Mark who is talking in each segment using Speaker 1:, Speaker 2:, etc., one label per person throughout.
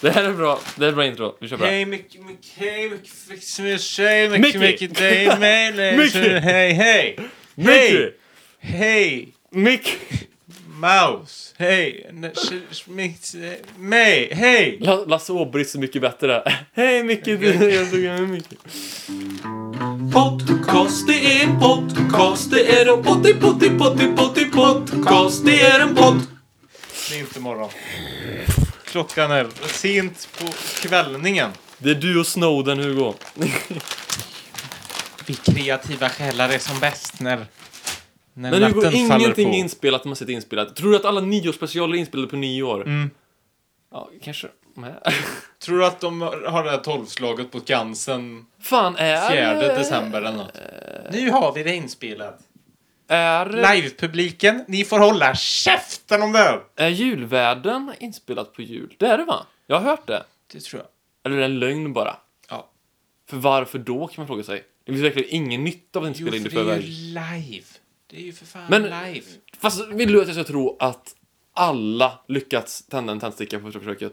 Speaker 1: Det här är bra. Det är ett bra intro. Vi kör bara.
Speaker 2: Hej Micke, Micke, hej Micke, fix me a shame, Micke,
Speaker 1: Micke!
Speaker 2: Micke, dig, mig, nej,
Speaker 1: Micke!
Speaker 2: så- hej, hej, hej, hej,
Speaker 1: Mick!
Speaker 2: Maus, hej, nej, så- Micke, nej, eh, mig, hej.
Speaker 1: La- Lasse Åberg är så mycket bättre. Hej Micke! Du, jag tog med Micke.
Speaker 3: Podcast, det är en podcast, det är en potti, potti, potti, potti, podcast, det är en podd.
Speaker 2: Det är inte morgon. Klockan är sent på kvällningen.
Speaker 1: Det är du och Snowden Hugo.
Speaker 2: Vi kreativa själar är som bäst när, när
Speaker 1: Men Hugo,
Speaker 2: natten faller på.
Speaker 1: ingenting är inspelat som har sett inspelat. Tror du att alla nyårsspecialer är inspelade på nio år?
Speaker 2: Mm.
Speaker 1: Ja, kanske. Nej.
Speaker 2: Tror du att de har det här tolvslaget på Skansen
Speaker 1: Fan, är...
Speaker 2: 4 december eller något? Nu har vi det inspelat.
Speaker 1: Är,
Speaker 2: Livepubliken, ni får hålla käften om det här.
Speaker 1: är julvärden inspelat på jul? Det är det va? Jag har hört det.
Speaker 2: Det tror jag.
Speaker 1: Eller är det en lögn bara?
Speaker 2: Ja.
Speaker 1: För varför då, kan man fråga sig. Det finns verkligen ingen nytta av att inte
Speaker 2: Jo,
Speaker 1: spela in det i
Speaker 2: för det är
Speaker 1: förväg.
Speaker 2: ju live. Det är ju för fan
Speaker 1: Men-
Speaker 2: live.
Speaker 1: Fast vill du att jag ska tro att alla lyckats tända en tändsticka på första försöket?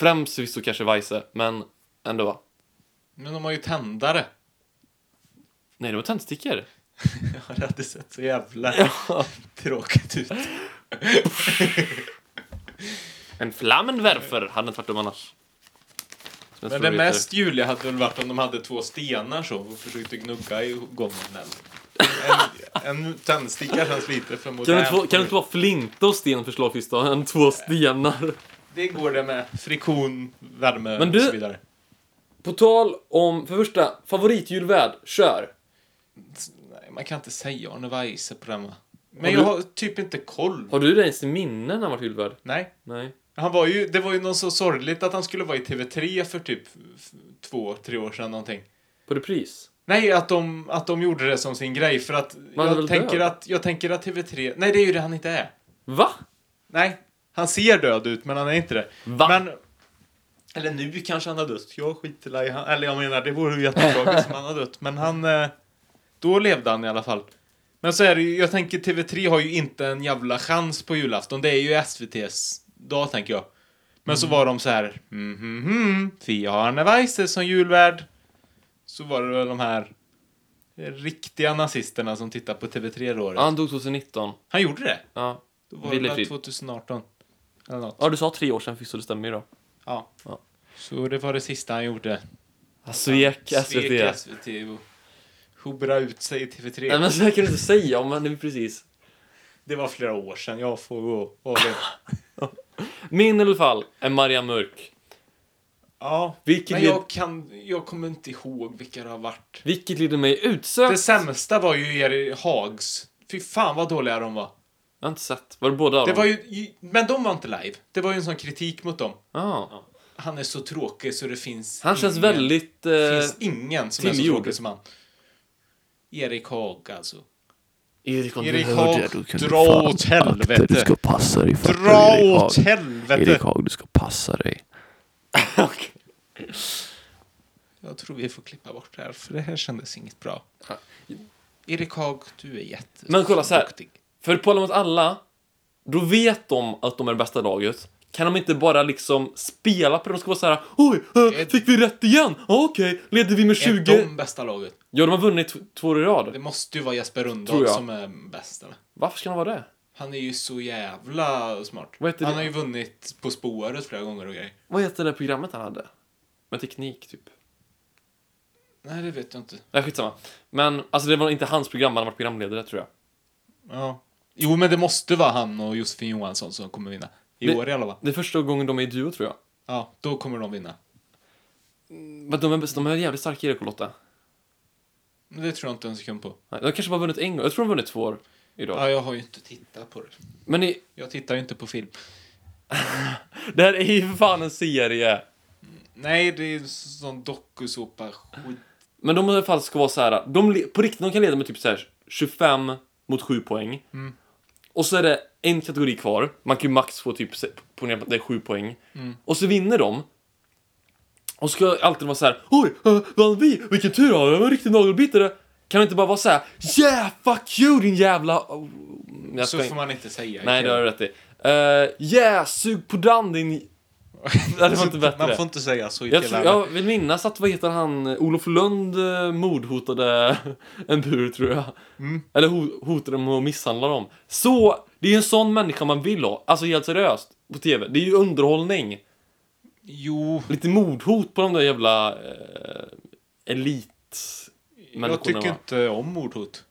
Speaker 1: Främst visst så kanske Weise, men ändå.
Speaker 2: Men de har ju tändare.
Speaker 1: Nej, det var tändstickor.
Speaker 2: Ja, det hade sett så jävla tråkigt ut.
Speaker 1: En flammenwerfer hade inte varit dum annars. Som jag
Speaker 2: Men
Speaker 1: tror
Speaker 2: det
Speaker 1: heter.
Speaker 2: mest juliga hade väl varit om de hade två stenar så och försökte gnugga i gången eller. En, en tändsticka känns lite för
Speaker 1: Kan det
Speaker 2: modernt.
Speaker 1: inte, vara- kan det inte vara flinta och sten förslagsvis då, än två stenar?
Speaker 2: Det går det med. Friktion, värme
Speaker 1: Men du-
Speaker 2: och så vidare.
Speaker 1: På tal om, för första, favoritjulvärd, kör!
Speaker 2: Nej, man kan inte säga Arne Weise på den va? Men
Speaker 1: Har
Speaker 2: jag
Speaker 1: du-
Speaker 2: har typ inte koll.
Speaker 1: Har du det ens i minne när han varit julvärd?
Speaker 2: Nej.
Speaker 1: Nej.
Speaker 2: Han var ju, det var ju något så sorgligt att han skulle vara i TV3 för typ f- två, tre år sedan någonting.
Speaker 1: På repris?
Speaker 2: Nej, att de, att de gjorde det som sin grej för att
Speaker 1: han är
Speaker 2: jag
Speaker 1: väl
Speaker 2: tänker,
Speaker 1: död?
Speaker 2: att jag tänker att TV3, nej det är ju det han inte är.
Speaker 1: Va?
Speaker 2: Nej, han ser död ut men han är inte det.
Speaker 1: Va?
Speaker 2: Men, eller nu kanske han har dött, jag skiter i han, eller jag menar det vore ju jättetragiskt om han har dött. Men han, eh, då levde han i alla fall. Men så är det ju, jag tänker TV3 har ju inte en jävla chans på julafton, det är ju SVT's dag tänker jag. Men
Speaker 1: Mm.
Speaker 2: så var de så här, mhm, mm, mm, vi har Arne Weise som julvärd. Så var det väl de här riktiga nazisterna som tittar på TV3 då.
Speaker 1: Ja, han dog 2019.
Speaker 2: Han gjorde det.
Speaker 1: Ja.
Speaker 2: Då var
Speaker 1: Ville
Speaker 2: det väl
Speaker 1: Frid.
Speaker 2: 2018. Eller något.
Speaker 1: ja, du sa tre år sedan fick så det stämmer ju då.
Speaker 2: Ja.
Speaker 1: Ja.
Speaker 2: Så det var det sista han gjorde.
Speaker 1: Han svek SVT.
Speaker 2: Svek SVT och hobra ut sig i TV3.
Speaker 1: Nej, men så här kan du inte säga om han är precis.
Speaker 2: Det var flera år sedan. Jag får gå. gå det.
Speaker 1: Min i alla fall är Maria Mörk.
Speaker 2: Ja.
Speaker 1: Vilket,
Speaker 2: Men
Speaker 1: led,
Speaker 2: jag kan... Jag kommer inte ihåg vilka det har varit.
Speaker 1: vilket leder mig utsökt.
Speaker 2: Det sämsta var ju er Hags. Fy fan vad dåliga de var.
Speaker 1: Jag har inte sett. Var det båda av
Speaker 2: Det
Speaker 1: dem?
Speaker 2: var ju... Men de var inte live. Det var ju en sån kritik mot dem.
Speaker 1: Ja.
Speaker 2: Han är så tråkig så det finns
Speaker 1: Han känns
Speaker 2: ingen-
Speaker 1: väldigt... Eh,
Speaker 2: Det finns ingen som är så
Speaker 1: tillgjord.
Speaker 2: tråkig som han. Erik Haag alltså.
Speaker 1: Erik, om du
Speaker 2: Erik
Speaker 1: hör
Speaker 2: Haag,
Speaker 1: det, du kan-
Speaker 2: dra åt helvete!
Speaker 3: passa dig för
Speaker 2: Dra åt helvete!
Speaker 3: Haag, du ska passa dig.
Speaker 1: Okej.
Speaker 2: Jag tror vi får klippa bort det här, för det här kändes inget bra.
Speaker 1: Ja.
Speaker 2: Erik Haag, du är jätte...
Speaker 1: Men kolla så här.
Speaker 2: duktig.
Speaker 1: För på alla mot alla, då vet de att de är det bästa laget. Kan de inte bara liksom spela på det? De ska vara så här, oj, eh,
Speaker 2: Är-
Speaker 1: fick vi rätt igen? Ja, Okej, leder vi med
Speaker 2: Är
Speaker 1: 20?
Speaker 2: de bästa laget?
Speaker 1: Ja, de har vunnit t- två år i
Speaker 2: Det
Speaker 1: rad.
Speaker 2: måste ju vara Jesper
Speaker 1: Tror
Speaker 2: Rundahl
Speaker 1: jag.
Speaker 2: som är bäst, eller?
Speaker 1: Varför ska de vara det?
Speaker 2: Han är ju så jävla smart.
Speaker 1: Vad heter
Speaker 2: Han
Speaker 1: det?
Speaker 2: har ju vunnit På spåret flera gånger och grejer.
Speaker 1: Vad heter det programmet han hade? Med teknik, typ.
Speaker 2: Nej, det vet jag inte.
Speaker 1: Nej, skitsamma. Men alltså, det var inte hans program, han var programledare, tror jag.
Speaker 2: Ja. Jo, men det måste vara han och Josefin Johansson som kommer vinna. I
Speaker 1: Det-
Speaker 2: år i alla fall.
Speaker 1: Det är första gången de är i duo, tror jag.
Speaker 2: Ja, då kommer de vinna.
Speaker 1: Men de är, de är jävligt starka, Erik och Lotta.
Speaker 2: Men det tror jag inte en sekund på.
Speaker 1: Nej, De kanske bara vunnit en gång. Jag tror de har vunnit två år idag.
Speaker 2: Ja, jag har ju inte tittat på det.
Speaker 1: Men i,
Speaker 2: Jag tittar ju inte på film.
Speaker 1: det här är ju för fan en serie!
Speaker 2: Nej, det är sån dokusåpa skit.
Speaker 1: Men de i alla fall ska vara så här. De, le- på riktigt, de kan leda med typ så här 25 mot 7 poäng.
Speaker 2: Mm.
Speaker 1: Och så är det en kategori kvar. Man kan ju max få typ, se- ponera på att det är 7 poäng.
Speaker 2: Mm.
Speaker 1: Och så vinner de. Och så ska alltid vara så här. Oj, äh, vann vi? Vilken tur har vi? Det var en riktig nagelbitare. Kan det inte bara vara så här. Yeah, fuck you din jävla... Oh, jag
Speaker 2: Så
Speaker 1: ska-
Speaker 2: får man inte säga.
Speaker 1: Nej, det har du rätt i. Eh, yeah, sug på den din Nej, det var inte bättre.
Speaker 2: Man får inte säga så i
Speaker 1: Jag, tror,
Speaker 2: killar.
Speaker 1: jag vill minnas att, vad heter han, Olof Lund eh, mordhotade en bur tror jag.
Speaker 2: Mm.
Speaker 1: Eller ho- hotade dem och misshandlade dem. Så, det är ju en sån människa man vill ha. Alltså helt seriöst, på TV. Det är ju underhållning.
Speaker 2: Jo,
Speaker 1: Lite mordhot på de där jävla eh, elit...
Speaker 2: jag
Speaker 1: Människorna,
Speaker 2: tycker
Speaker 1: va?
Speaker 2: inte om mordhot.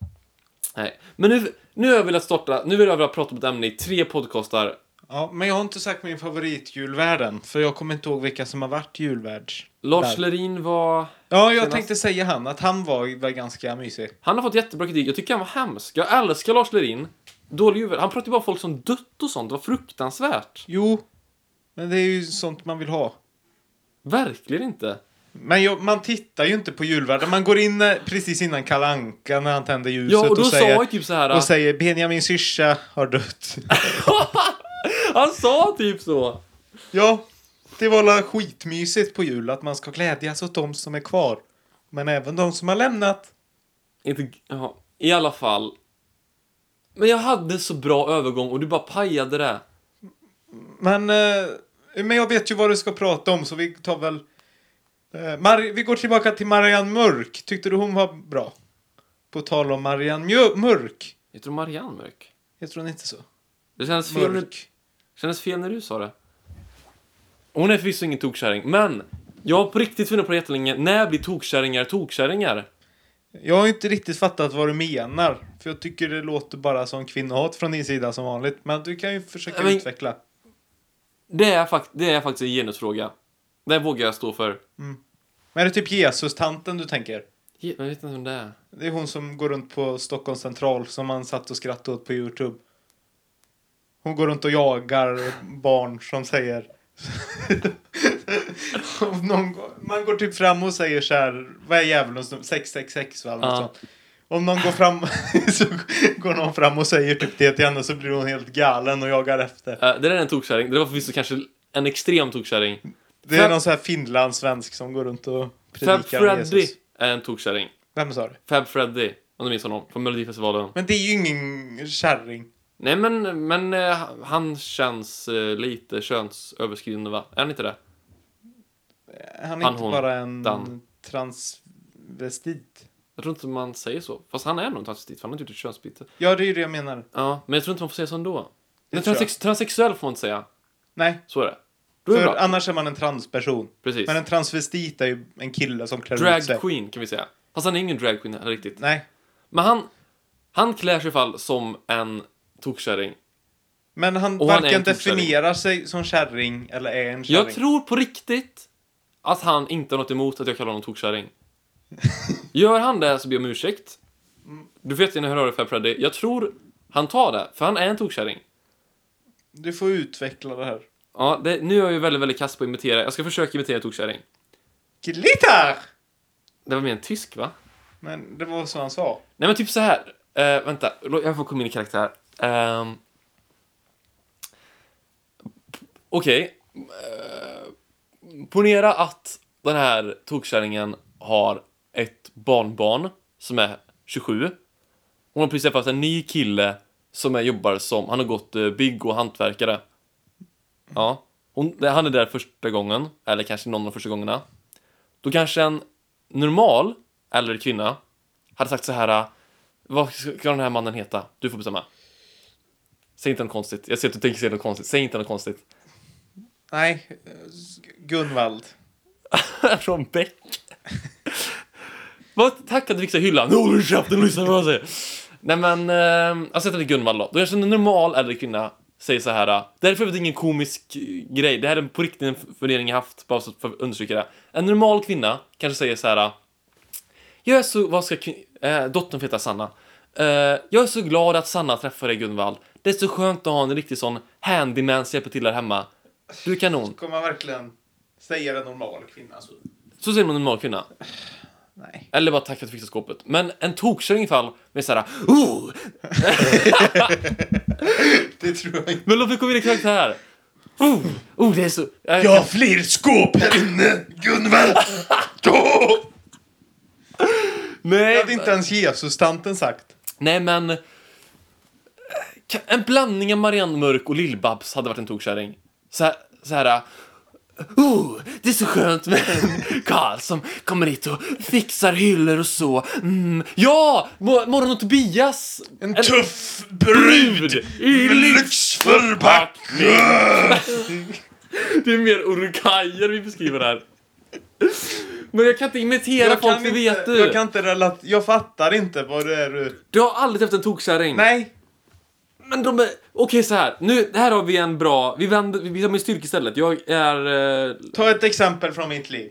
Speaker 1: Nej. Men nu, nu har jag velat starta, nu vill jag velat prata om ett ämne i tre podcastar.
Speaker 2: Ja, men jag har inte sagt min favoritjulvärden, för jag kommer inte ihåg vilka som har varit julvärds.
Speaker 1: Lars
Speaker 2: Där.
Speaker 1: Lerin var...
Speaker 2: Ja, jag
Speaker 1: Senast-
Speaker 2: tänkte säga han, att han var, var ganska mysig.
Speaker 1: Han har fått jättebra kritik. Jag tycker han var hemsk. Jag älskar Lars Lerin. Dålig huvud. Han pratar ju bara om folk som dött och sånt. Det var fruktansvärt.
Speaker 2: Jo, men det är ju sånt man vill ha.
Speaker 1: Verkligen inte.
Speaker 2: Men jag, man tittar ju inte på julvärden. Man går in eh, precis innan Kalle Anka när han tänder ljuset
Speaker 1: Ja, och då sa
Speaker 2: säger,
Speaker 1: han typ så här.
Speaker 2: och säger Benjamin syrsa har dött.
Speaker 1: Han sa typ så.
Speaker 2: ja, det var la skitmysigt på jul att man ska glädjas åt de som är kvar. Men även de som har lämnat.
Speaker 1: Inte... Ja, i alla fall. Men jag hade så bra övergång och du bara pajade det.
Speaker 2: Men, eh, men jag vet ju vad du ska prata om så vi tar väl... Eh, Mar- vi går tillbaka till Marianne Mörk. Tyckte du hon var bra? På tal om Marianne Mjö- Mörk.
Speaker 1: Heter hon Marianne Mörk?
Speaker 2: Heter hon inte så?
Speaker 1: Det kändes fel, när,
Speaker 2: Mörk.
Speaker 1: kändes fel när du sa det. Hon är förvisso ingen tokkärring, men jag har på riktigt funderat på det jättelänge. När blir tokkärringar tokkärringar?
Speaker 2: Jag har ju inte riktigt fattat vad du menar. För jag tycker det låter bara som kvinnohat från din sida som vanligt. Men du kan ju försöka
Speaker 1: Nej, men-
Speaker 2: utveckla.
Speaker 1: Det är, fakt- det är faktiskt en genusfråga. Det vågar jag stå för.
Speaker 2: Men är det typ Jesus-tanten du tänker?
Speaker 1: Je- Jag vet inte vem det är.
Speaker 2: Det är hon som går runt på Stockholms central som man satt och skrattade åt på Youtube. Hon går runt och jagar barn som säger... Om någon, går- man går typ fram och säger så här, vad är djävulens nummer? 666 va? Eller något
Speaker 1: Ja.
Speaker 2: sånt. Om någon går fram så går någon fram och säger typ det till henne så blir hon helt galen och jagar efter.
Speaker 1: Eh, det där är en tokkärring. Det var förvisso kanske en extrem tokkärring.
Speaker 2: Det är
Speaker 1: Fab-
Speaker 2: någon sån här finlandssvensk som går runt och
Speaker 1: Fab
Speaker 2: predikar om
Speaker 1: Freddy
Speaker 2: Jesus.
Speaker 1: är en tokkärring.
Speaker 2: Vem sa du?
Speaker 1: Fab Freddy, om du minns honom, från Melodifestivalen.
Speaker 2: Men det är ju ingen kärring.
Speaker 1: Nej men, men eh, han känns eh, lite könsöverskridande va? Är han inte det?
Speaker 2: Han är
Speaker 1: Han,
Speaker 2: inte
Speaker 1: hon,
Speaker 2: bara en
Speaker 1: den.
Speaker 2: transvestit.
Speaker 1: Jag tror inte man säger så. Fast han är nog en transvestit, för han har inte gjort ett könsbyte.
Speaker 2: Ja, det är ju det jag menar.
Speaker 1: Ja, men jag tror inte man får säga så ändå. Men
Speaker 2: tror jag.
Speaker 1: transex- transsexuell får man inte säga.
Speaker 2: Nej,
Speaker 1: Så är det. Då är det
Speaker 2: för
Speaker 1: bra.
Speaker 2: annars är man en transperson.
Speaker 1: Precis.
Speaker 2: Men en transvestit är ju en kille som klär ut sig.
Speaker 1: Drag queen kan vi säga. Fast han är ingen drag queen här riktigt.
Speaker 2: Nej,
Speaker 1: Men han, han klär sig i fall som en tokkärring.
Speaker 2: men han
Speaker 1: Och han är
Speaker 2: varken
Speaker 1: en tokkärring.
Speaker 2: definierar sig som kärring eller är en kärring.
Speaker 1: Jag tror på riktigt att han inte har något emot att jag kallar honom tokkärring. Gör han det så ber jag om ursäkt. Du får jättegärna höra av dig för Freddy. Jag tror han tar det, för han är en tokkärring.
Speaker 2: Du får utveckla det här.
Speaker 1: Ja, det, nu är jag ju väldigt, väldigt kass på att imitera. Jag ska försöka imitera tokkärring.
Speaker 2: Glitter!
Speaker 1: Det var mer en tysk, va?
Speaker 2: Men det var så han sa.
Speaker 1: Nej men typ så här. Eh, vänta, låt- jag får komma in i karaktär. Ehm. Okej. Eh, ponera att den här tokkärringen har ett barnbarn som är 27. Hon har precis träffat en ny kille som är, jobbar som, han har gått eh, bygg och hantverkare. Ja. Hon, han är där första gången, eller kanske någon av de första gångerna. Då kanske en normal äldre kvinna hade sagt så här. äh, Vad ska ska den här mannen heta? Du får bestämma. Säg inte något konstigt. Jag ser att du tänker säga något konstigt. Säg inte något konstigt.
Speaker 2: Nej, eh, Gunvald.
Speaker 1: Från Beck. Vad tack att du fixade hyllan. Nu håller du käften och lyssnar på vad jag säger. Nej men, eh, jag sätter till Gunvald då. Då kanske en normal äldre kvinna säger så här. eh, Det här är för övrigt ingen komisk eh, grej. Det här är på riktigt en fundering jag haft, bara så för att understryka det. En normal kvinna kanske säger så här. eh, Jag är så, vad ska kvin- eh, dottern får heta Sanna. Eh, jag är så glad att Sanna träffade Gunvald. Det är så skönt att ha en riktig sån handyman som hjälper till där hemma. Du är kanon.
Speaker 2: Kommer man verkligen säga en normal kvinna alltså. så?
Speaker 1: Så säger man en normal kvinna.
Speaker 2: Nej.
Speaker 1: Eller bara tack för att du fixade skåpet. Men en tokkärring i fall med såhär oh!
Speaker 2: Det tror jag inte.
Speaker 1: Men låt mig komma in i karaktär. Oh! Oh, det är så... Jag,
Speaker 2: Jag har fler skåp här inne, Gunvald! Ja! Det
Speaker 1: nej,
Speaker 2: hade inte ens Jesus-tanten sagt.
Speaker 1: nej, men... eh, En blandning av Marianne Mörk och Lill-Babs hade varit en tokkärring. Så här, så här... Oh, det är så skönt med en Karl som kommer hit och fixar hyllor och så. Mm. Ja! Mor- Morgon och Tobias!
Speaker 2: En tuff brud
Speaker 1: i
Speaker 2: lyxförpackning!
Speaker 1: Det är mer urukajer vi beskriver här. Men jag kan inte imitera
Speaker 2: Jag
Speaker 1: folk,
Speaker 2: kan,
Speaker 1: det
Speaker 2: inte,
Speaker 1: vet du.
Speaker 2: jag kan inte relat... Jag fattar inte vad det är du...
Speaker 1: Du har aldrig haft en tokkärring.
Speaker 2: Nej!
Speaker 1: Men de är... Okej, så här. Nu, här har vi en bra... Vi vänder... Vi tar min styrka istället. Jag är... eh,
Speaker 2: Ta ett exempel från mitt liv.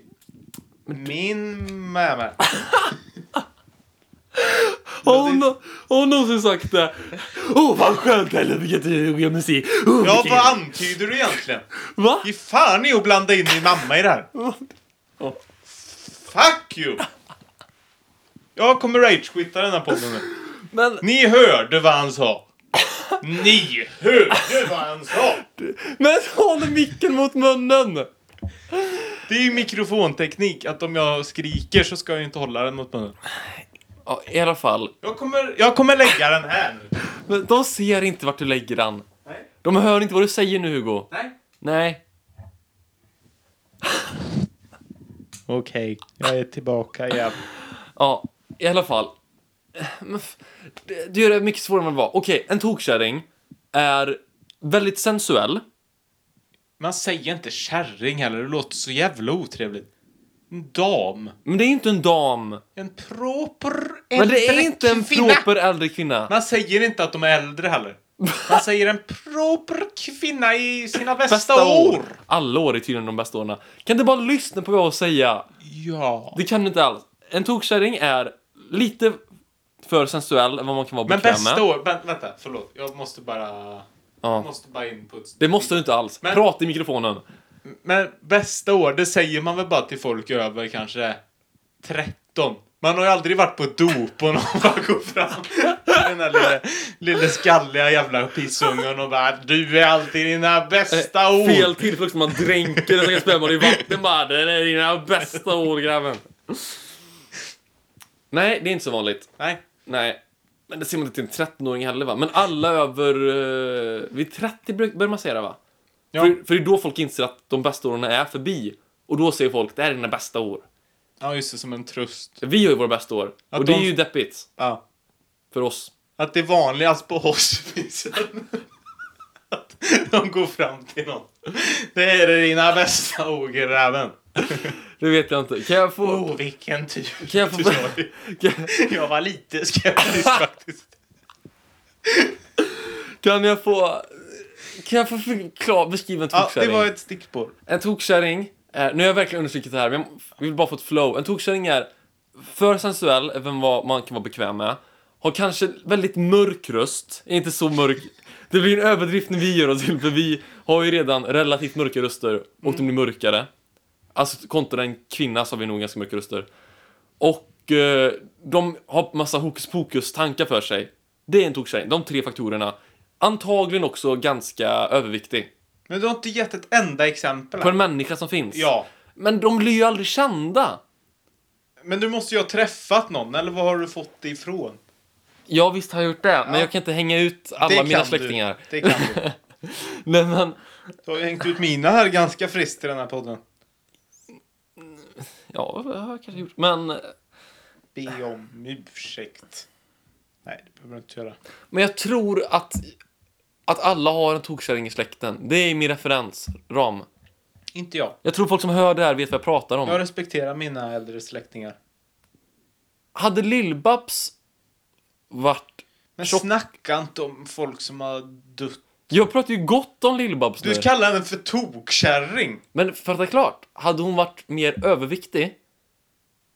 Speaker 2: Min mamma.
Speaker 1: Har hon, har hon någonsin sagt det? Åh, oh, vad skönt det är vilket rolig musik. Oh,
Speaker 2: Ja,
Speaker 1: vilken-
Speaker 2: vad antyder du egentligen?
Speaker 1: Va?
Speaker 2: Ge fan i att blanda in min mamma i det här. Fuck you! Jag kommer rage-quitta den här podden nu.
Speaker 1: Men
Speaker 2: Ni hörde vad han sa. Ni hörde vad han sa!
Speaker 1: Men håll micken mot munnen!
Speaker 2: Det är ju mikrofonteknik, att om jag skriker så ska jag ju inte hålla den mot munnen.
Speaker 1: Ja, i alla fall.
Speaker 2: Jag kommer, jag kommer lägga den här nu.
Speaker 1: Men de ser inte vart du lägger den.
Speaker 2: Nej.
Speaker 1: De hör inte vad du säger nu, Hugo.
Speaker 2: Nej.
Speaker 1: Nej.
Speaker 2: Okej, jag är tillbaka igen.
Speaker 1: Ja, i alla fall. Men f- det- Du gör det mycket svårare än vad det var. Okej, en tokkärring är väldigt sensuell.
Speaker 2: Man säger inte kärring heller, det låter så jävla otrevligt. En dam.
Speaker 1: Men det är inte en dam.
Speaker 2: En proper
Speaker 1: Men det är
Speaker 2: äldre
Speaker 1: inte en
Speaker 2: kvinna.
Speaker 1: proper äldre kvinna.
Speaker 2: Man säger inte att de är äldre heller. Man säger en proper kvinna i sina bästa, år.
Speaker 1: Alla år är tydligen de bästa åren. Kan du bara lyssna på vad jag säger?
Speaker 2: Ja.
Speaker 1: Det kan du inte alls. En tokkärring är lite för sensuell än vad man kan vara
Speaker 2: Men
Speaker 1: bekväm med.
Speaker 2: bästa år, vä- vänta, förlåt. Jag måste bara... Jag
Speaker 1: Ja.
Speaker 2: måste bara in på ett...
Speaker 1: Det måste du inte alls.
Speaker 2: Men-
Speaker 1: Prata i mikrofonen.
Speaker 2: Men bästa år, det säger man väl bara till folk över kanske 13. Man har ju aldrig varit på dop och någon bara går fram till den här lille, lille skalliga jävla pissungen och bara Du är alltid dina bästa år.
Speaker 1: Eh, Fel tillfälle som man dränker den stackars spädbarn i vatten bara. Det är dina bästa år grabben. Nej, det är inte så vanligt.
Speaker 2: Nej.
Speaker 1: Nej. Men det ser man inte till en 13-åring heller va? Men alla över... Uh, vid 30 bruk- börjar man säga det va?
Speaker 2: Ja.
Speaker 1: För, för det är då folk inser att de bästa åren är förbi. Och då säger folk det här är dina bästa år.
Speaker 2: ja, just det, som en tröst.
Speaker 1: Vi har ju våra bästa år.
Speaker 2: Att
Speaker 1: och det är
Speaker 2: de-
Speaker 1: ju deppigt.
Speaker 2: Ja.
Speaker 1: För oss.
Speaker 2: Att det vanligast på oss finns en... Att de går fram till någon. Det här är dina bästa år grabben.
Speaker 1: Det vet jag inte. Kan jag få...
Speaker 2: Åh, vilken tur.
Speaker 1: Kan jag få-
Speaker 2: du sa det.
Speaker 1: Kan,
Speaker 2: Jag var lite skeptisk faktiskt.
Speaker 1: kan jag få... Kan jag få förklara, beskriva en
Speaker 2: Ja, det
Speaker 1: tokkärring?
Speaker 2: var ett stickspår.
Speaker 1: En tokkärring är... Nu har jag verkligen understrukit det här, men jag vill bara få ett flow. En tokkärring är för sensuell, även vad man kan vara bekväm med. Har kanske väldigt mörk röst. Är inte så mörk. Det blir en överdrift när vi gör oss till, för vi har ju redan relativt mörka röster och de blir mörkare. Alltså kontra en kvinna så har vi nog ganska mörka röster. Och eh, de har massa hokus pokus tankar för sig. Det är en tokkärring, de tre faktorerna. Antagligen också ganska överviktig.
Speaker 2: Men du har inte gett ett enda exempel.
Speaker 1: På
Speaker 2: här.
Speaker 1: en människa som finns.
Speaker 2: Ja.
Speaker 1: Men de blir ju aldrig kända.
Speaker 2: Men du måste ju ha träffat någon, eller vad har du fått det ifrån?
Speaker 1: Ja, visst har jag gjort det, men
Speaker 2: Ja.
Speaker 1: jag kan inte hänga ut alla
Speaker 2: det kan
Speaker 1: mina
Speaker 2: du.
Speaker 1: släktingar.
Speaker 2: Det kan du.
Speaker 1: Nej, men...
Speaker 2: Du har ju hängt ut mina här ganska friskt i den här podden.
Speaker 1: Ja, det har jag kanske gjort. Men,
Speaker 2: Be om ursäkt. Nej, det behöver du inte göra.
Speaker 1: men jag tror att, att alla har en tokkärring i släkten. Det är min referensram.
Speaker 2: Inte jag.
Speaker 1: Jag tror folk som hör det här vet vad jag pratar om.
Speaker 2: Jag respekterar mina äldre släktingar.
Speaker 1: Hade Lill-Babs varit...
Speaker 2: Men
Speaker 1: Tjock-
Speaker 2: snacka inte om folk som har dött.
Speaker 1: Jag pratar ju gott om Lill-Babs nu.
Speaker 2: Du kallar henne för tokkärring.
Speaker 1: Men för att det är klart, hade hon varit mer överviktig,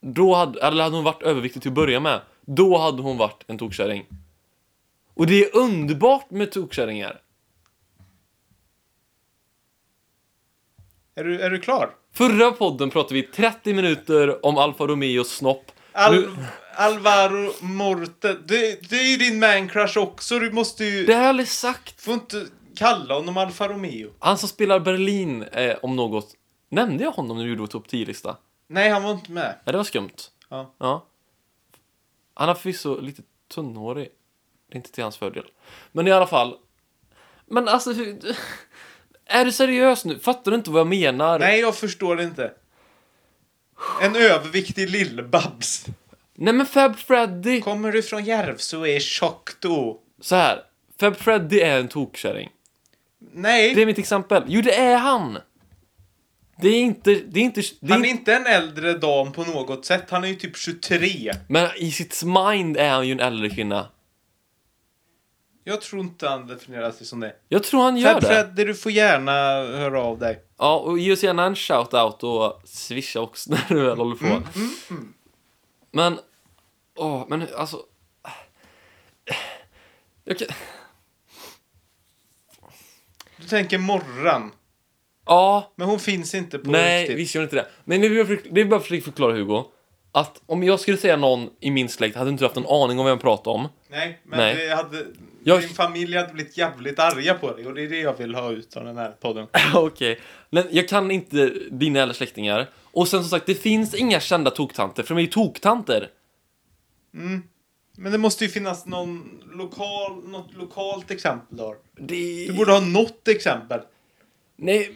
Speaker 1: då hade, eller hade hon varit överviktig till att börja med, då hade hon varit en tokkärring. Och det är underbart med tokkärringar.
Speaker 2: Är du, är du klar?
Speaker 1: Förra podden pratade vi 30 minuter om Alfa Romeos snopp.
Speaker 2: Al-
Speaker 1: Nu,
Speaker 2: Alvaro Morte. Det, det är ju din mancrush också. Du måste ju...
Speaker 1: det har jag aldrig sagt.
Speaker 2: får inte kalla honom Alfa Romeo.
Speaker 1: Han som spelar Berlin eh, om något, nämnde jag honom när vi gjorde vår topp 10-lista?
Speaker 2: Nej, han var inte med.
Speaker 1: Ja, det var skumt.
Speaker 2: Ja.
Speaker 1: Ja. Han är förvisso lite tunnhårig. Det är inte till hans fördel. Men i alla fall. Men alltså... hur- Är du seriös nu? Fattar du inte vad jag menar?
Speaker 2: Nej, jag förstår inte. En överviktig lillbabs.
Speaker 1: Nej men Fab Freddy!
Speaker 2: Kommer du från Järvsö och är tjock då?
Speaker 1: Så här. Fab Freddy är en tokkärring.
Speaker 2: Nej,
Speaker 1: Det är mitt exempel. Jo, det är han! Det är inte... Det är inte... Det är
Speaker 2: han är
Speaker 1: inte
Speaker 2: inte en äldre dam på något sätt. Han är ju typ 23.
Speaker 1: men i sitt mind är han ju en äldre kvinna.
Speaker 2: Jag tror inte han definierar sig som det.
Speaker 1: Jag tror han gör
Speaker 2: Fred,
Speaker 1: det.
Speaker 2: Freddy, du får gärna höra av dig.
Speaker 1: Ja, och ge oss gärna en shout-out och swisha också när du väl håller på. Men... Åh, men alltså... Jag kan...
Speaker 2: Du tänker morran.
Speaker 1: Ja,
Speaker 2: Men hon finns inte på
Speaker 1: nej,
Speaker 2: riktigt.
Speaker 1: visst gör inte det. Men det är bara för- det är bara för att förklara Hugo. Att om jag skulle säga någon i min släkt hade inte du haft en aning om vem jag pratade om.
Speaker 2: Nej, men
Speaker 1: Nej.
Speaker 2: Det hade,
Speaker 1: Jag-
Speaker 2: din familj hade blivit jävligt arga på dig och det är det jag vill ha ut av den här podden.
Speaker 1: Okej, men jag kan inte dina eller släktingar. Och sen som sagt, det finns inga kända toktanter, för de är ju toktanter.
Speaker 2: Men det måste ju finnas någon lokal, något lokalt exempel då.
Speaker 1: Det...
Speaker 2: Du borde ha något exempel.
Speaker 1: Nej,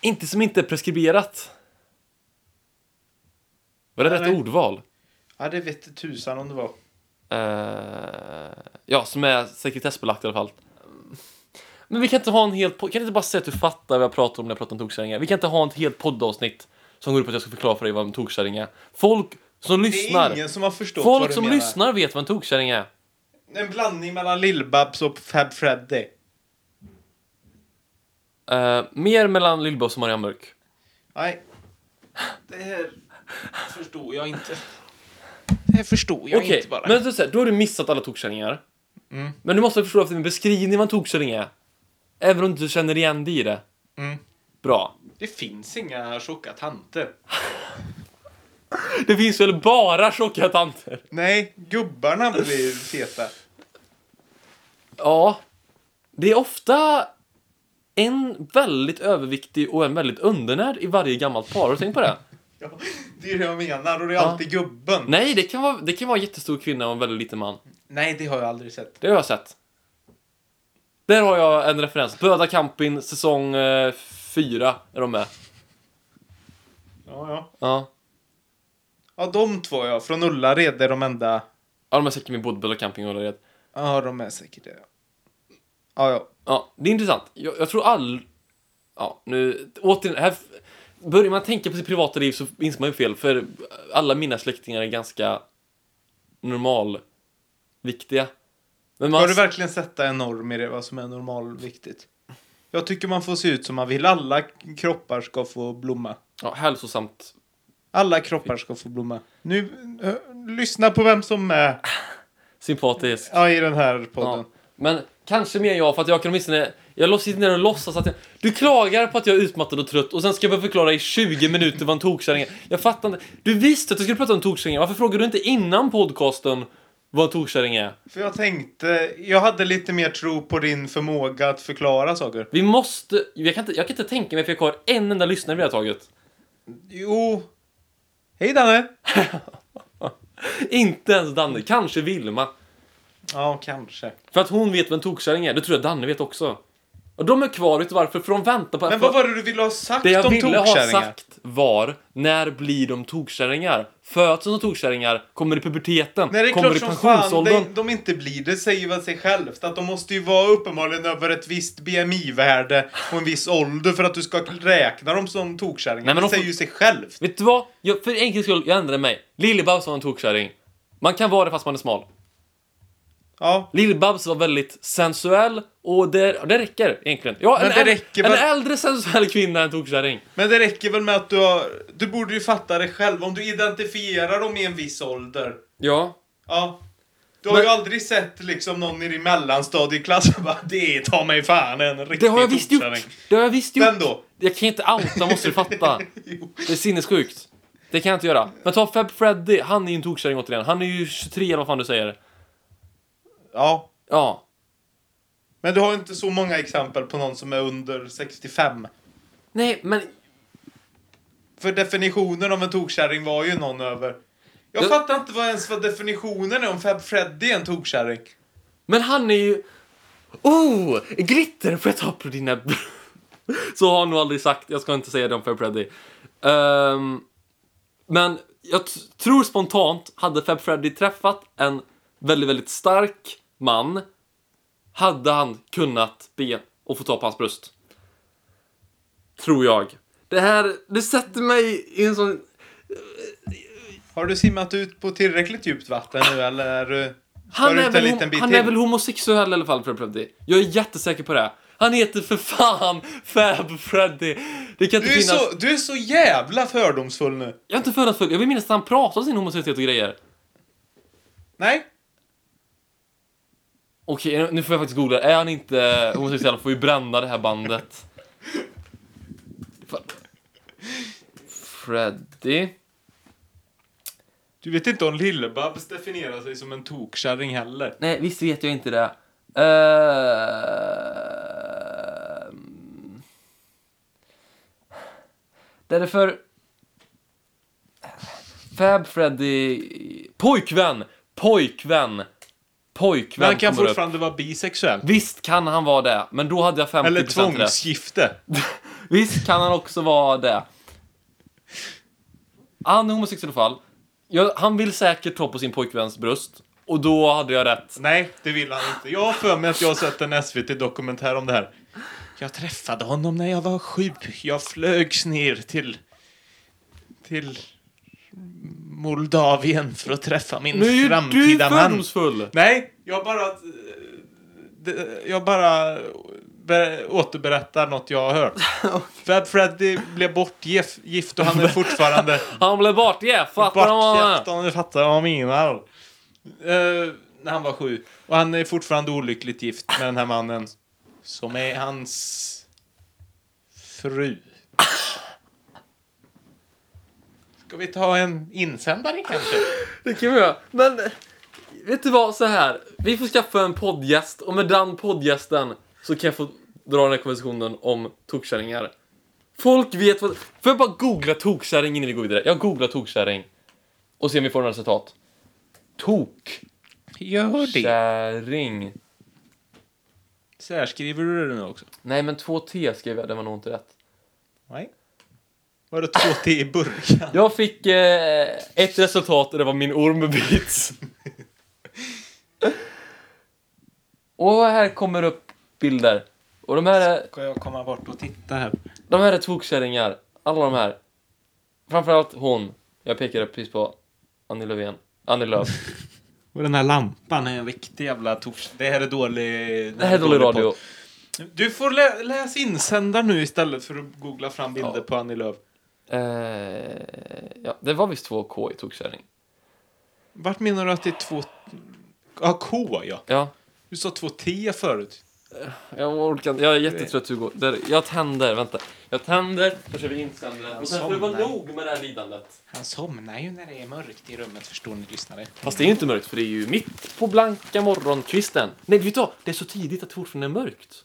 Speaker 1: inte som inte är preskriberat. Var det
Speaker 2: Nej,
Speaker 1: rätt
Speaker 2: nej.
Speaker 1: ordval?
Speaker 2: Ja, det vete tusan om det var.
Speaker 1: Eh, ja, som är sekretessbelagt i alla fall. Men vi kan inte ha en hel pod- kan inte bara säga att du fattar vad jag pratar om när jag pratar om tokkärringar? Vi kan inte ha ett helt poddavsnitt som går ut på att jag ska förklara för dig vad en tokkärring är. Folk som
Speaker 2: Det
Speaker 1: lyssnar,
Speaker 2: är ingen som har förstått vad
Speaker 1: folk
Speaker 2: du
Speaker 1: som
Speaker 2: menar.
Speaker 1: lyssnar vet vad en tokkärring är.
Speaker 2: En blandning mellan Lill-Babs och Fab Freddy.
Speaker 1: Eh, mer mellan Lill-Babs och Marianne Mörk.
Speaker 2: Nej. Det här förstår jag inte. Det här förstår jag
Speaker 1: Okej,
Speaker 2: inte bara.
Speaker 1: men så säger, då har du missat alla tokkärringar.
Speaker 2: Mm.
Speaker 1: Men du måste förstå efter min beskrivning vad en tokkärring är. Även om du inte känner igen dig i det.
Speaker 2: Mm.
Speaker 1: Bra.
Speaker 2: Det finns inga tjocka tanter.
Speaker 1: Det finns väl bara tjocka tanter?
Speaker 2: Nej, gubbarna blir feta.
Speaker 1: Ja. Det är ofta en väldigt överviktig och en väldigt undernärd i varje gammalt par. Har du tänkt på det?
Speaker 2: Ja, det är det jag menar och det är
Speaker 1: Ja.
Speaker 2: alltid gubben.
Speaker 1: Nej, det kan, vara, det kan vara en jättestor kvinna och en väldigt liten man.
Speaker 2: Nej, det har jag aldrig sett.
Speaker 1: Det har jag sett. Där har jag en referens. Böda Camping säsong 4 är de med.
Speaker 2: Ja, ja.
Speaker 1: Ja.
Speaker 2: Ja, de två ja. Från Ullared är de enda.
Speaker 1: Ja, de är säkert med både Böda Camping och Ullared.
Speaker 2: Ja, de är säkert det. Ja, ja. ja.
Speaker 1: Ja, det är intressant. Jag, jag tror all... Ja, nu... Återigen, här... f- Börjar man tänka på sitt privata liv så minns man ju fel, för alla mina släktingar är ganska normalviktiga. Men man...
Speaker 2: Har du verkligen sätta en norm i det, vad som är normalviktigt? Jag tycker man får se ut som man vill. Alla kroppar ska få blomma.
Speaker 1: ja, hälsosamt.
Speaker 2: Alla kroppar ska få blomma. Nu, ö, lyssna på vem som är
Speaker 1: Sympatisk.
Speaker 2: ja, i den här
Speaker 1: Ja.
Speaker 2: podden.
Speaker 1: Men kanske mer jag, för att jag kan åtminstone... Jag låts- sitter ner och låtsas att jag... Du klagar på att jag är utmattad och trött och sen ska jag behöva förklara i 20 minuter vad en tokkärring är. Jag fattar inte. Du visste att du skulle prata om tokkärringar. Varför frågade du inte innan podcasten vad en tokkärring är?
Speaker 2: För jag tänkte, jag hade lite mer tro på din förmåga att förklara saker.
Speaker 1: Vi måste... Jag kan inte, jag kan inte tänka mig för jag har kvar en enda lyssnare vid det här taget.
Speaker 2: Jo. Hej Danne!
Speaker 1: Inte ens Danne. Kanske Vilma.
Speaker 2: Ja, kanske.
Speaker 1: För att hon vet vem tokkärring är. Det tror jag Danne vet också. Och de är kvar, vet du varför? För de väntar på...
Speaker 2: Men vad var det du ville ha sagt
Speaker 1: det jag
Speaker 2: om
Speaker 1: ville ha
Speaker 2: tokkärringar?
Speaker 1: sagt var, när blir de tokkärringar? Föds de som tokkärringar? Kommer i puberteten?
Speaker 2: Nej, det är
Speaker 1: kommer
Speaker 2: klart
Speaker 1: i
Speaker 2: som fan
Speaker 1: pensionsåldern?
Speaker 2: de, de inte blir det, säger väl sig självt. Att de måste ju vara uppenbarligen över ett visst BMI-värde och en viss ålder för att du ska räkna dem som tokkärringar.
Speaker 1: Nej, men
Speaker 2: det
Speaker 1: de får-
Speaker 2: säger ju sig självt.
Speaker 1: Vet du vad? Jag, för enkelhets skull, jag ändrade mig. Lill-Babs var en tokkärring. Man kan vara det fast man är smal.
Speaker 2: Ja.
Speaker 1: Lill-Babs var väldigt sensuell och det, det räcker egentligen. Ja,
Speaker 2: Men
Speaker 1: en,
Speaker 2: det
Speaker 1: äl-
Speaker 2: räcker
Speaker 1: en
Speaker 2: väl-
Speaker 1: äldre sensuell kvinna är en tokkärring.
Speaker 2: Men det räcker väl med att du har... Du borde ju fatta det själv. Om du identifierar dem i en viss ålder.
Speaker 1: Ja.
Speaker 2: Ja. Du har
Speaker 1: Men-
Speaker 2: ju aldrig sett liksom någon i din mellanstadieklass och bara det är ta mig fan en riktig
Speaker 1: Det har jag visst gjort!
Speaker 2: tokkärring."
Speaker 1: Det har jag visst gjort!
Speaker 2: Vem då?
Speaker 1: Jag kan inte outa, måste du fatta.
Speaker 2: Jo.
Speaker 1: Det är sinnessjukt. Det kan jag inte göra. Men ta Fab Freddy, han är ju en tokkärring återigen. Han är ju 23 eller vad fan du säger.
Speaker 2: Ja.
Speaker 1: Ja.
Speaker 2: Men du har ju inte så många exempel på någon som är under 65.
Speaker 1: Nej, men...
Speaker 2: För definitionen av en tokkärring var ju någon över. Jag
Speaker 1: Ja.
Speaker 2: fattar inte vad ens vad definitionen är om Fab Freddy är en tokkärring.
Speaker 1: Men han är ju... Oh! Glitter får jag ta på dina... Så har han nog aldrig sagt. Jag ska inte säga det om Fair Freddy. Ehm, men jag t- tror spontant, hade Fab Freddy träffat en väldigt, väldigt stark man hade han kunnat be och få ta på hans bröst. Tror jag. Det här, det sätter mig i en sån...
Speaker 2: Har du simmat ut på tillräckligt djupt vatten nu eller? eh, ska
Speaker 1: Han,
Speaker 2: du
Speaker 1: är
Speaker 2: ut en
Speaker 1: väl,
Speaker 2: liten bit
Speaker 1: hom- han
Speaker 2: till?
Speaker 1: är väl homosexuell i alla fall, Fab Freddy. Jag är jättesäker på det. Han heter för fan Fab Freddy. Det kan inte
Speaker 2: Du är,
Speaker 1: finnas...
Speaker 2: så, du är så jävla fördomsfull nu.
Speaker 1: Jag är inte fördomsfull. Jag vill minnas att han pratar om sin homosexualitet och grejer.
Speaker 2: Nej?
Speaker 1: Okej, nu får jag faktiskt googla. Är han inte homosexuell får vi bränna det här bandet. Fan. Freddy.
Speaker 2: Du vet inte om Lill-Babs definierar sig som en tokkärring heller.
Speaker 1: Nej, visst vet jag inte det. Uh... Därför... Fab Freddy... Pojkvän! Pojkvän! Pojkvän
Speaker 2: Men han kan
Speaker 1: kommer upp.
Speaker 2: fortfarande vara bisexuell.
Speaker 1: Visst kan han vara det, men då hade jag 50%
Speaker 2: Eller
Speaker 1: rätt.
Speaker 2: tvångsgifte.
Speaker 1: Visst kan han också vara det. Han är homosexuell i alla fall. Jag, han vill säkert ta på sin pojkväns bröst. Och då hade jag rätt.
Speaker 2: Nej, det vill han inte. Jag har för mig att jag har sett en SVT-dokumentär om det här. Jag träffade honom när jag var sjuk. Jag flögs ner till... Till... Moldavien för att träffa min
Speaker 1: Nu är ju du
Speaker 2: framtida man.
Speaker 1: fördomsfull!
Speaker 2: Nej, jag bara... eh, det- Jag bara be- återberättar något jag har hört. Fab Freddy blev bortgift gift och han är fortfarande...
Speaker 1: Han blev bortgift, fattar du vad han
Speaker 2: Bortgift om du fattar vad jag menar. Eh, när han var sju. Och han är fortfarande olyckligt gift med den här mannen. Som är hans fru. Ska vi ta en insändare kanske?
Speaker 1: Det kan vi göra. Men, vet du vad? Så här. Vi får skaffa en poddgäst och med den poddgästen så kan jag få dra den här konversationen om tokkärringar. Folk vet vad... Får jag bara googla tokkärring innan vi går vidare? Jag googlar tokkärring. Och se om vi får några resultat.
Speaker 2: Gör
Speaker 1: Tokkärring.
Speaker 2: Särskriver du det nu också?
Speaker 1: Nej, men 2T skrev jag. Det var nog inte rätt.
Speaker 2: Nej. Var det två T i burken?
Speaker 1: Jag fick eh, ett resultat och det var min orm bits. och här kommer upp bilder. Och de här är,
Speaker 2: Ska jag komma bort och titta här?
Speaker 1: de här är tokkärringar. Alla de här. Framförallt hon. Jag pekade precis på Annie Löfven. Annie Lööf.
Speaker 2: Och den här lampan är en riktig jävla tors... Det här är dålig...
Speaker 1: Det här är dålig radio.
Speaker 2: Du får lä läsa insändaren nu istället för att googla fram bilder
Speaker 1: Ja.
Speaker 2: på Annie Lööf.
Speaker 1: Eh, ja, det var visst 2K i tokkärring.
Speaker 2: Vart menar du att det är två... Ja, K ja.
Speaker 1: Ja.
Speaker 2: Du sa två T förut.
Speaker 1: Jag orkar inte. Jag är jättetrött Hugo. Där, jag tänder, vänta. Jag tänder, så kör vi insändare. Och sen får det vara
Speaker 2: somnar.
Speaker 1: nog med det här lidandet.
Speaker 2: Han somnar ju när det är mörkt i rummet, förstår ni lyssnare.
Speaker 1: Fast det är ju inte mörkt för det är ju mitt på blanka morgonkvisten. Nej, vet du vad? Det är så tidigt att det fortfarande är mörkt.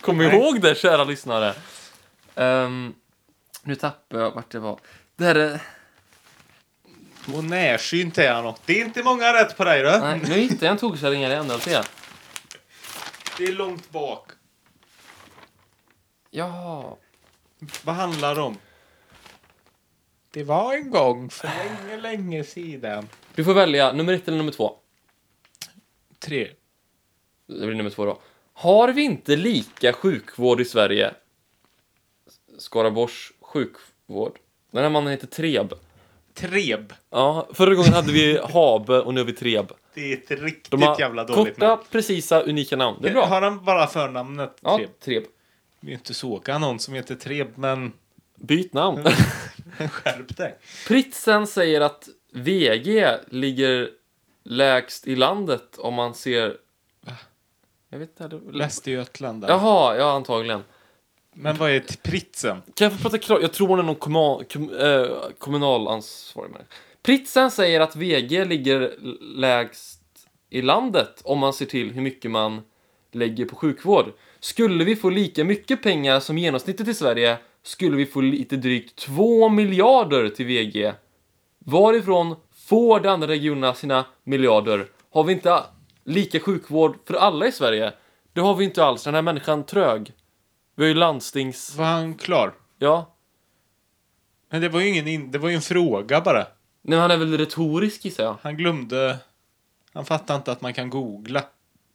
Speaker 1: Kom ihåg det, kära lyssnare. Ehm, nu tappade jag vart det var. Det här är...
Speaker 2: Och närsynt är han och. Det är inte många rätt på dig då.
Speaker 1: Nej, nu hittade jag en tågkärring här i NLT.
Speaker 2: Det är långt bak.
Speaker 1: Ja,
Speaker 2: Vad handlar det om? Det var en gång för länge, länge sedan.
Speaker 1: du får välja nummer ett eller nummer två.
Speaker 2: Tre.
Speaker 1: Det blir nummer två då. Har vi inte lika sjukvård i Sverige? Skaraborgs sjukvård. Den här mannen heter Treb.
Speaker 2: Treb.
Speaker 1: Ja, förra gången hade vi Habe och nu har vi Treb.
Speaker 2: Det är ett riktigt
Speaker 1: De har
Speaker 2: jävla dåligt
Speaker 1: korta,
Speaker 2: namn.
Speaker 1: precisa, unika namn. Det är bra.
Speaker 2: Har han bara förnamnet
Speaker 1: Ja,
Speaker 2: Treb?
Speaker 1: Treb.
Speaker 2: Vi har inte sågat någon som heter Treb, men
Speaker 1: Byt namn.
Speaker 2: Mm. skärp dig.
Speaker 1: Pritsen säger att VG ligger lägst i landet om man ser... Jag vet inte. det-
Speaker 2: Västergötland där.
Speaker 1: Jaha, ja antagligen.
Speaker 2: Men vad är t- Pritsen?
Speaker 1: Kan jag få prata klart? Jag tror hon är någon komma, kom, eh, kommunalansvarig människa. Pritsen säger att VG ligger l- lägst i landet om man ser till hur mycket man lägger på sjukvård. Skulle vi få lika mycket pengar som genomsnittet i Sverige skulle vi få lite drygt 2 miljarder till VG. Varifrån får de andra regionerna sina miljarder? Har vi inte a- lika sjukvård för alla i Sverige? Det har vi inte alls. Den här människan trög. Vi har ju landstings...
Speaker 2: Var han klar?
Speaker 1: Ja.
Speaker 2: Men det var ju ingen in... Det var ju en fråga bara.
Speaker 1: Nej, men han är väl retorisk gissar jag.
Speaker 2: Han glömde... Han fattar inte att man kan googla.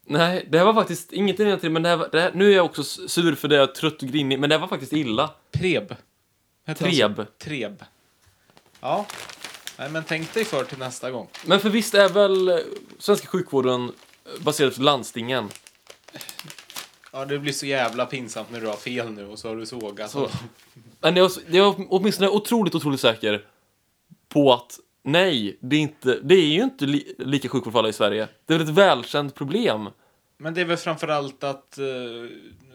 Speaker 1: Nej, det här var faktiskt inget innan till, men det här, var, det här, nu är jag också s- sur för det jag är trött och grinig, men det här var faktiskt illa.
Speaker 2: Preb. Hette han så?
Speaker 1: Treb.
Speaker 2: Treb. Ja. Nej, men tänk dig för till nästa gång.
Speaker 1: Men för visst är väl eh, svenska sjukvården eh, baserad på landstingen?
Speaker 2: Ja, det blir så jävla pinsamt när du har fel nu och så har du sågat.
Speaker 1: Så. Men jag, jag är åtminstone otroligt, otroligt säker på att nej, det är, inte, det är ju inte li, lika sjukvård för alla i Sverige. Det är väl ett välkänt problem?
Speaker 2: Men det är väl framförallt att eh,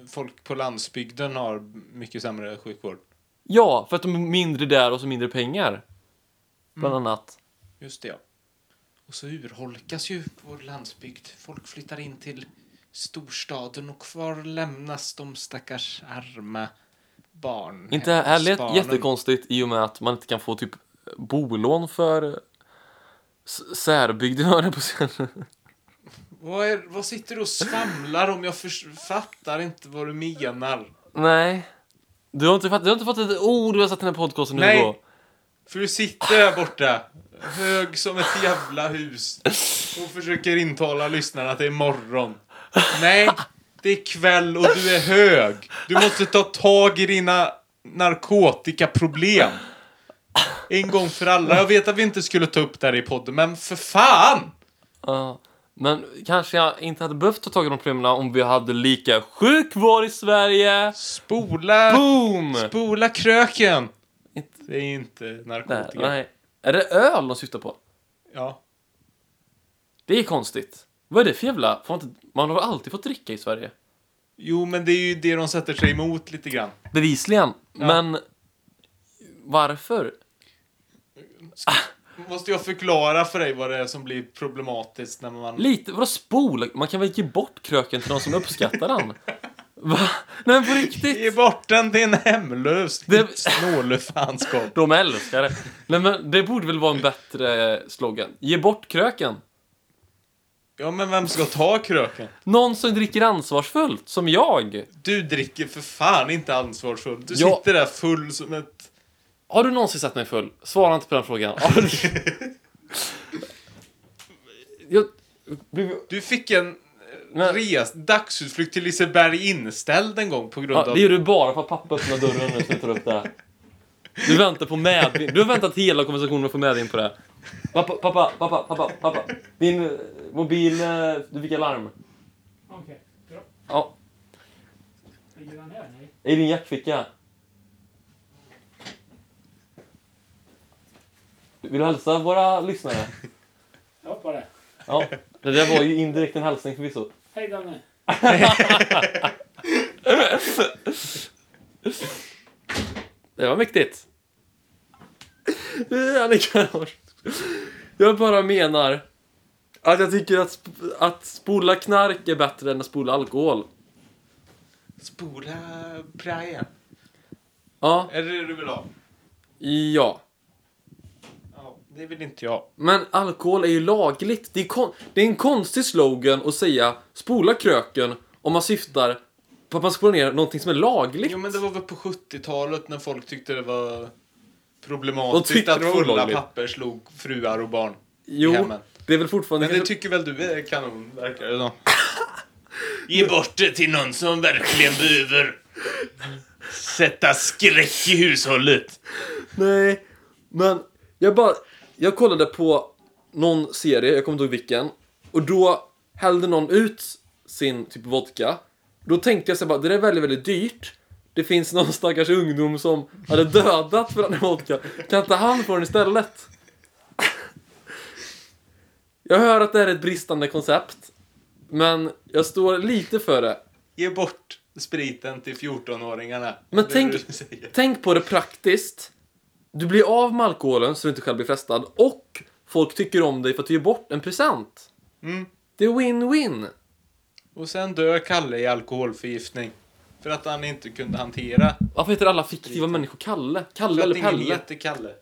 Speaker 2: folk på landsbygden har mycket sämre sjukvård.
Speaker 1: Ja, för att de är mindre där och så mindre pengar. Bland annat.
Speaker 2: Just det, ja. Och så urholkas ju vår landsbygd. Folk flyttar in till storstaden och kvar lämnas de stackars arma barn.
Speaker 1: Inte det här lät
Speaker 2: hemsbarnen.
Speaker 1: jättekonstigt i och med att man inte kan få typ bolån för s- särbygden, höll jag på att säga.
Speaker 2: Vad, är, vad sitter du och svamlar om? Jag förs- fattar inte vad du menar.
Speaker 1: Nej. Du har inte, fatt, du har inte fått ett ord du har satt i den här podcasten nu
Speaker 2: Nej.
Speaker 1: på.
Speaker 2: För du sitter där borta, hög som ett jävla hus och försöker intala lyssnarna att det är morgon. Nej, det är kväll och du är hög. Du måste ta tag i dina narkotikaproblem. En gång för alla. Jag vet att vi inte skulle ta upp det här i podden, men för fan!
Speaker 1: Ja. Men kanske jag inte hade behövt ta tag i de problemen om vi hade lika sjukvård i Sverige.
Speaker 2: Spola,
Speaker 1: Boom!
Speaker 2: spola kröken.
Speaker 1: Inte-
Speaker 2: Det är inte
Speaker 1: Nej,
Speaker 2: narkotika.
Speaker 1: nej. Är det öl de syftar på?
Speaker 2: Ja.
Speaker 1: Det är konstigt. Vad är det för jävla... Får man, inte, man har väl alltid fått dricka i Sverige?
Speaker 2: Jo, men det är ju det de sätter sig emot lite grann.
Speaker 1: Bevisligen. Men varför?
Speaker 2: Måste jag förklara för dig vad det är som blir problematiskt när man...
Speaker 1: Lite, vadå spol? Man kan väl ge bort kröken till någon som uppskattar den? Va? Nej men på riktigt!
Speaker 2: Ge bort den till en hemlös
Speaker 1: Det-
Speaker 2: snåle fanskap.
Speaker 1: De älskar det. Nej men det borde väl vara en bättre slogan. Ge bort kröken.
Speaker 2: Ja, men vem ska ta kröken?
Speaker 1: Någon som dricker ansvarsfullt, som jag.
Speaker 2: Du dricker för fan inte ansvarsfullt. Du
Speaker 1: Ja.
Speaker 2: sitter där full som ett...
Speaker 1: Har du någonsin sett mig full? Svara inte på den frågan. Har du- jag blev...
Speaker 2: Du fick en
Speaker 1: Men-
Speaker 2: men... res... dagsutflykt till Liseberg inställd en gång på grund
Speaker 1: ja,
Speaker 2: av...
Speaker 1: det gör du bara för att pappa öppnar dörren när du tar upp det här. Du väntar på medvind. Du har väntat hela konversationen på medvind på det här. Pappa, pappa, pappa, pappa, pappa. Din eh, mobil, eh, du fick alarm.
Speaker 4: Okej, bra.
Speaker 1: Ja,
Speaker 4: Ligger den här? Nej.
Speaker 1: i din jackficka. Vill du hälsa våra lyssnare?
Speaker 4: Jag hoppar det.
Speaker 1: Ja, det där var ju indirekt en hälsning förvisso.
Speaker 4: Hej Danne.
Speaker 1: Det var mäktigt. Eh, Annika Lars. Jag bara menar att jag tycker att, sp- att spola knark är bättre än att spola alkohol.
Speaker 2: Spola prajen.
Speaker 1: Ja,
Speaker 2: Är det det du vill ha?
Speaker 1: ja.
Speaker 2: Ja, det vill inte jag.
Speaker 1: Men alkohol är ju lagligt. Det är, kon- det är en konstig slogan att säga spola kröken om man syftar på att man spolar ner någonting som är lagligt.
Speaker 2: Jo, men det var väl på 70-talet när folk tyckte det var
Speaker 1: De
Speaker 2: problematiskt
Speaker 1: tyckte
Speaker 2: att
Speaker 1: det var
Speaker 2: fulla
Speaker 1: olagligt.
Speaker 2: papper slog fruar och barn.
Speaker 1: Jo,
Speaker 2: Jajamän.
Speaker 1: det är väl fortfarande...
Speaker 2: Men det tycker väl du är kanon, verkar det som. Ge bort det till någon som verkligen behöver sätta skräck i hushållet.
Speaker 1: Nej, men jag bara... Jag kollade på någon serie, jag kommer inte ihåg vilken. Och då hällde någon ut sin typ vodka. Då tänkte jag så här bara, det där är väldigt, väldigt dyrt. Det finns någon stackars ungdom som hade dödat för den här vodka. Kan inte han få den istället? Jag hör att det här är ett bristande koncept. Men jag står lite för det.
Speaker 2: Ge bort spriten till 14-åringarna.
Speaker 1: Men
Speaker 2: Det är
Speaker 1: tänk,
Speaker 2: det du säger.
Speaker 1: tänk på det praktiskt. Du blir av med alkoholen så du inte själv blir frestad och folk tycker om dig för att du ger bort en present.
Speaker 2: Mm.
Speaker 1: Det är win-win.
Speaker 2: Och sen dör Kalle i alkoholförgiftning. För att han inte kunde hantera.
Speaker 1: Varför heter alla fiktiva människor Kalle? Kalle
Speaker 2: För
Speaker 1: eller
Speaker 2: att ingen
Speaker 1: Pelle?
Speaker 2: heter Kalle.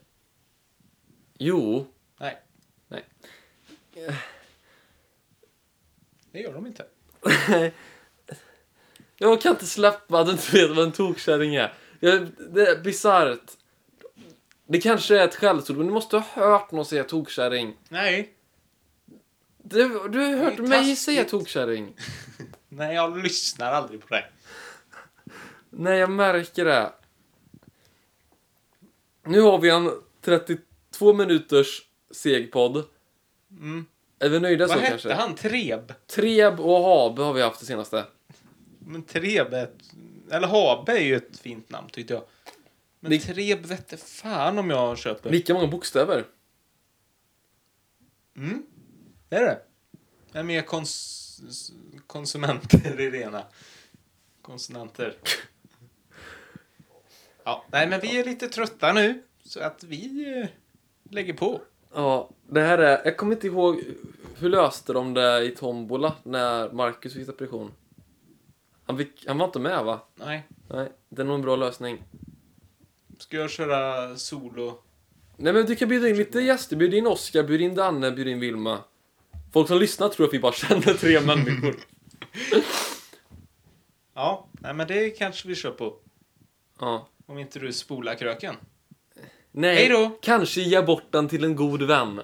Speaker 1: Jo.
Speaker 2: Nej.
Speaker 1: Nej.
Speaker 2: Det gör de inte.
Speaker 1: Jag kan inte släppa att du inte vet vad en tokkärring är. Jag, det är bisarrt. Det kanske är ett skällsord, men du måste ha hört någon säga tokkärring.
Speaker 2: Nej.
Speaker 1: Du, du har hört
Speaker 2: Det är
Speaker 1: mig
Speaker 2: taskigt.
Speaker 1: säga tokkärring.
Speaker 2: Nej, jag lyssnar aldrig på dig.
Speaker 1: Nej, jag märker det. Nu har vi en 32 minuters segpodd.
Speaker 2: Mm.
Speaker 1: Är vi nöjda
Speaker 2: Vad
Speaker 1: så
Speaker 2: hette
Speaker 1: kanske?
Speaker 2: han? Treb?
Speaker 1: Treb och Habe har vi haft det senaste.
Speaker 2: Men Treb är ett... Eller Habe är ju ett fint namn tyckte jag. Men
Speaker 1: Vi-
Speaker 2: Treb vette fan om jag köper.
Speaker 1: Lika många bokstäver.
Speaker 2: Mm. Det är det. Det är mer kons... konsumenter i rena. Konsonanter. Ja, nej men vi är lite trötta nu. Så att vi eh, lägger på.
Speaker 1: Ja, det här är... Jag kommer inte ihåg... Hur löste de det i Tombola när Marcus fick depression? Han, fick, han var inte med, va?
Speaker 2: Nej.
Speaker 1: Nej, det är nog en bra lösning.
Speaker 2: Ska jag köra solo?
Speaker 1: Nej, men du kan bjuda in lite gäster. Bjud in Oscar, bjud in Danne, bjud in Vilma. Folk som lyssnar tror att vi bara känner tre människor.
Speaker 2: Ja, nej men det kanske vi kör på.
Speaker 1: Ja.
Speaker 2: Om inte du spolar kröken.
Speaker 1: Nej,
Speaker 2: Hej då!
Speaker 1: kanske ge bort den till en god vän.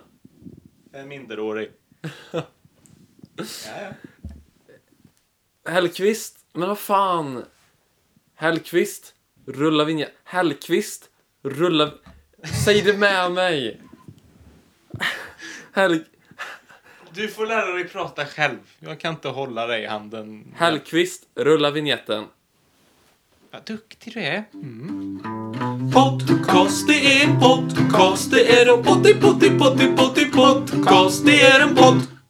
Speaker 2: En minderårig. ja, ja.
Speaker 1: Hellqvist, men vad fan? Hellqvist, rulla vinja. Hellqvist, rulla... Säg det med mig! Hell...
Speaker 2: Du får lära dig prata själv. Jag kan inte hålla dig i handen.
Speaker 1: Hellqvist, rulla vinjetten.
Speaker 2: Vad duktig du är. Mm.
Speaker 3: Podcast, det är en podcast, det är en potti potti potti potti podcast, det är en podcast.